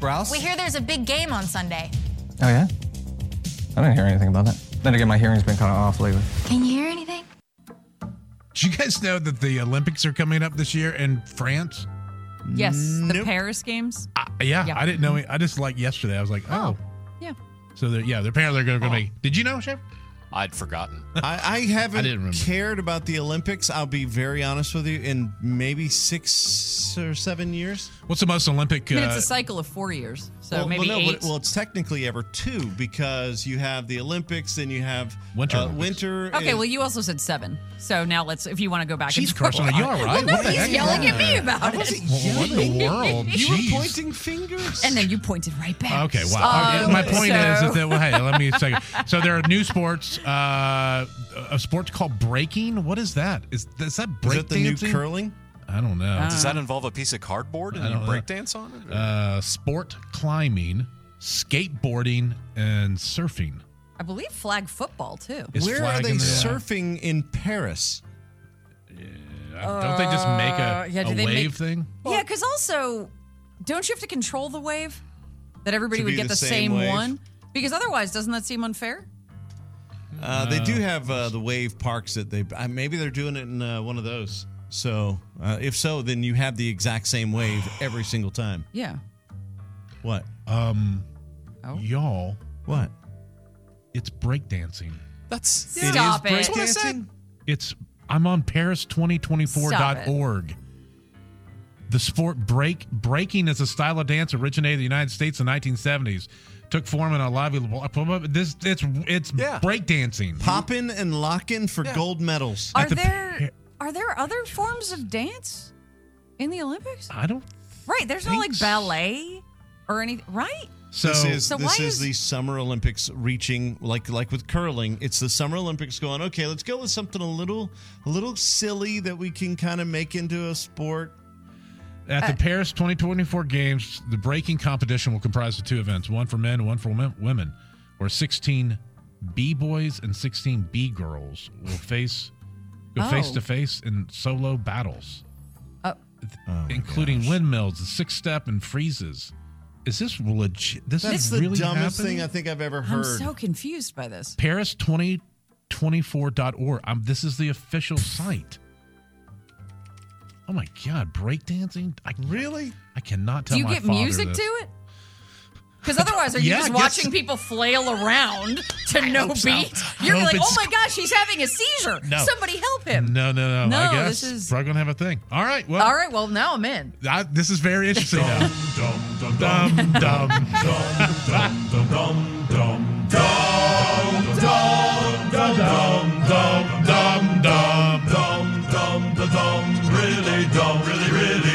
Rouse? We hear there's a big game on Sunday. oh, yeah? I didn't hear anything about that. Then again, my hearing's been kind of off lately. Can you hear anything? Do you guys know that the Olympics are coming up this year in France? Yes, the Nope. Paris games. Uh, yeah, Yeah. I didn't know. I just like yesterday. I was like, oh. Yeah. So they're, yeah, they're apparently they're going to Oh. be. Did you know, Chef? I'd forgotten. I, I I haven't didn't remember. cared about the Olympics. I'll be very honest with you. In maybe six or seven years. What's the most Olympic? I mean, uh, it's a cycle of four years, so well, maybe well, no, eight. but- well, it's technically ever two because you have the Olympics, then you have Winter uh, Olympics. winter. okay, and- well, you also said seven. So now let's, if you want to go back. She's and forth. crushing it. You all right? Well, What no, the he's heck? yelling at me about I it. wasn't Well, what in yelling. the world? You Jeez. were pointing fingers. And then you pointed right back. Okay, wow. Um, My point is so- that, well, hey, let me say. So there are new sports. Uh, a sport called breaking. What is that? Is, is that Is break that the new dancing? curling? I don't know. Uh. Does that involve a piece of cardboard and Uh-huh. I you don't know. breakdance on it? or- uh, sport climbing, skateboarding, and surfing. I believe flag football too. Is Where flag are they in the- surfing in Paris? Don't they just make Uh, a, yeah, do a they make- wave thing? yeah, because also, don't you have to control the wave? That everybody To would be get the the, same same, wave. one? Because otherwise, doesn't that seem unfair? Uh, they do Oh. have uh, the wave parks that they. Uh, maybe they're doing it in uh, one of those. So uh, if so, then you have the exact same wave every single time. Yeah. What? Um, Oh. y'all, What? it's breakdancing. That's It is Stop it. what I said. breakdancing? It's I'm on Paris2024.org. The sport break breaking is a style of dance originated in the United States in the 1970s. Took form in a lively this it's it's Yeah. breakdancing. Popping and locking for gold medals. Are the there are there other forms of dance in the Olympics? I don't Right. There's no like Thanks. ballet or anything. Right. so this is So this why is, is- the Summer Olympics reaching like like with curling. It's the Summer Olympics going. Okay, let's go with something a little a little silly that we can kind of make into a sport. At the Uh, Paris 2024 Games, the breaking competition will comprise of two events, one for men and one for wom- women, where 16 B-boys and 16 B-girls will face go Oh. face to face in solo battles. Uh, Oh. including windmills, the six-step and freezes. Is this legit? This That's is the really dumbest happening? thing I think I've ever I'm heard. so confused by this. Paris 2024.org. Um, this is the official site. Oh my god, breakdancing? I Really? I cannot tell Do you my get father music this. to it? Because otherwise, are you Yeah, I just guess- watching people flail around to no hope so. beat? I You're hope like, oh it's- my gosh, he's having a seizure. No. Somebody help him. No, no, no. I No, guess this is- we're gonna have a thing. All right. Well, All right, well, now I'm in. I, this is very interesting. now. dum, Dum, dum. dum, dum, dum, really dumb, really, really